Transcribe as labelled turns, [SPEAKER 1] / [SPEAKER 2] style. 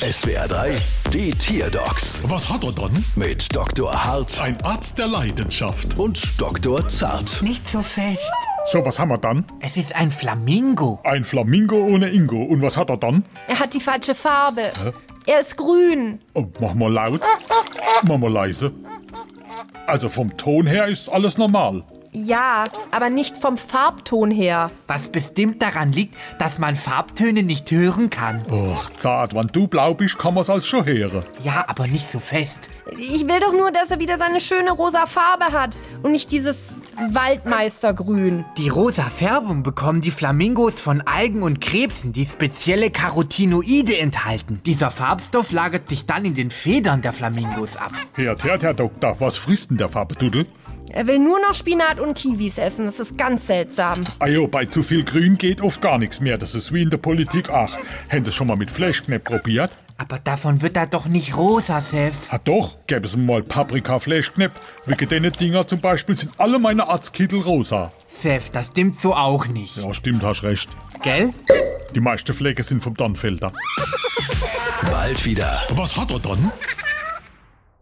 [SPEAKER 1] SWR 3, die Tierdocs
[SPEAKER 2] Was hat er dann?
[SPEAKER 1] mit Dr. Hart
[SPEAKER 2] Ein Arzt der Leidenschaft.
[SPEAKER 1] und Dr. Zart.
[SPEAKER 3] Nicht so fest.
[SPEAKER 2] So, was haben wir dann?
[SPEAKER 3] Es ist ein Flamingo.
[SPEAKER 2] Ein Flamingo ohne Ingo. Und was hat er dann?
[SPEAKER 4] Er hat die falsche Farbe. Er ist grün.
[SPEAKER 2] Oh, mach mal laut. Mach mal leise. Also vom Ton her ist alles normal.
[SPEAKER 4] Ja, aber nicht vom Farbton her.
[SPEAKER 3] Was bestimmt daran liegt, dass man Farbtöne nicht hören kann.
[SPEAKER 2] Och, zart, wenn du blau bist, kann man's als schon hören.
[SPEAKER 3] Ja, aber nicht so fest.
[SPEAKER 4] Ich will doch nur, dass er wieder seine schöne rosa Farbe hat und nicht dieses Waldmeistergrün.
[SPEAKER 3] Die rosa Färbung bekommen die Flamingos von Algen und Krebsen, die spezielle Carotinoide enthalten. Dieser Farbstoff lagert sich dann in den Federn der Flamingos ab.
[SPEAKER 2] Hört, hört, Herr Doktor, was frisst denn der Farbdudel?
[SPEAKER 4] Er will nur noch Spinat und Kiwis essen. Das ist ganz seltsam.
[SPEAKER 2] Ajo, oh, bei zu viel Grün geht oft gar nichts mehr. Das ist wie in der Politik. Ach, haben Sie schon mal mit Fleischknepp probiert?
[SPEAKER 3] Aber davon wird er doch nicht rosa, Seth.
[SPEAKER 2] Ah doch, gäbe es mal Paprika-Fleischknepp. Wegen denen Dinger zum Beispiel sind alle meine Arztkittel rosa.
[SPEAKER 3] Seth, das stimmt so auch nicht.
[SPEAKER 2] Ja, stimmt, hast recht.
[SPEAKER 3] Gell?
[SPEAKER 2] Die meisten Pflege sind vom Dannfelder.
[SPEAKER 1] Bald wieder.
[SPEAKER 2] Was hat er dann?